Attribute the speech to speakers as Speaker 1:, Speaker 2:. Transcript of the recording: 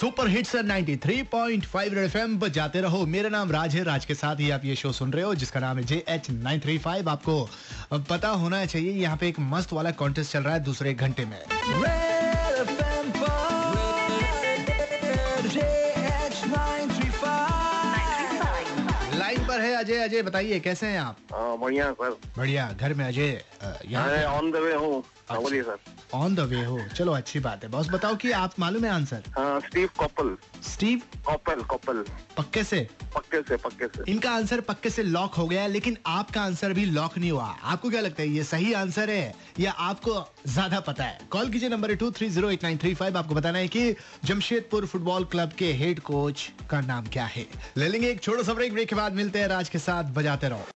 Speaker 1: Super hits 93.5 red FM बजाते रहो मेरा नाम राज है राज के साथ ही आप ये शो सुन रहे हो जिसका नाम है J H nine three five आपको पता होना चाहिए यहाँ पे एक मस्त वाला कॉन्टेस्ट चल रहा है दूसरे घंटे में लाइन पर है अजय अजय बताइए कैसे हैं आप
Speaker 2: हाँ, बढ़िया सर
Speaker 1: बढ़िया घर में अजय अ, यहाँ
Speaker 2: मैं ऑन द वे हूँ हाँ,
Speaker 1: अच्छा।
Speaker 2: बोलिए सर
Speaker 1: ऑन द वे हो चलो अच्छी बात है बॉस बताओ कि आप मालूम है आंसर
Speaker 2: हाँ Steve Coppell
Speaker 1: Steve
Speaker 2: Coppell Coppell
Speaker 1: पक्के से
Speaker 2: पक्के से पक्के से
Speaker 1: इनका आंसर पक्के से लॉक हो गया है लेकिन आपका आंसर भी लॉक नहीं हुआ आपको क्या लगता है ये सही आंसर है या आपको ज्यादा पता है कॉल कीजिए number two three zero eight nine three five आपको बताना है कि जमशेदपुर फुटबॉल क्लब के हेड कोच का नाम क्या है ले लेंगे एक छोटा सा ब्रेक ब्रेक के बाद मिलते हैं राज के साथ बजाते रहो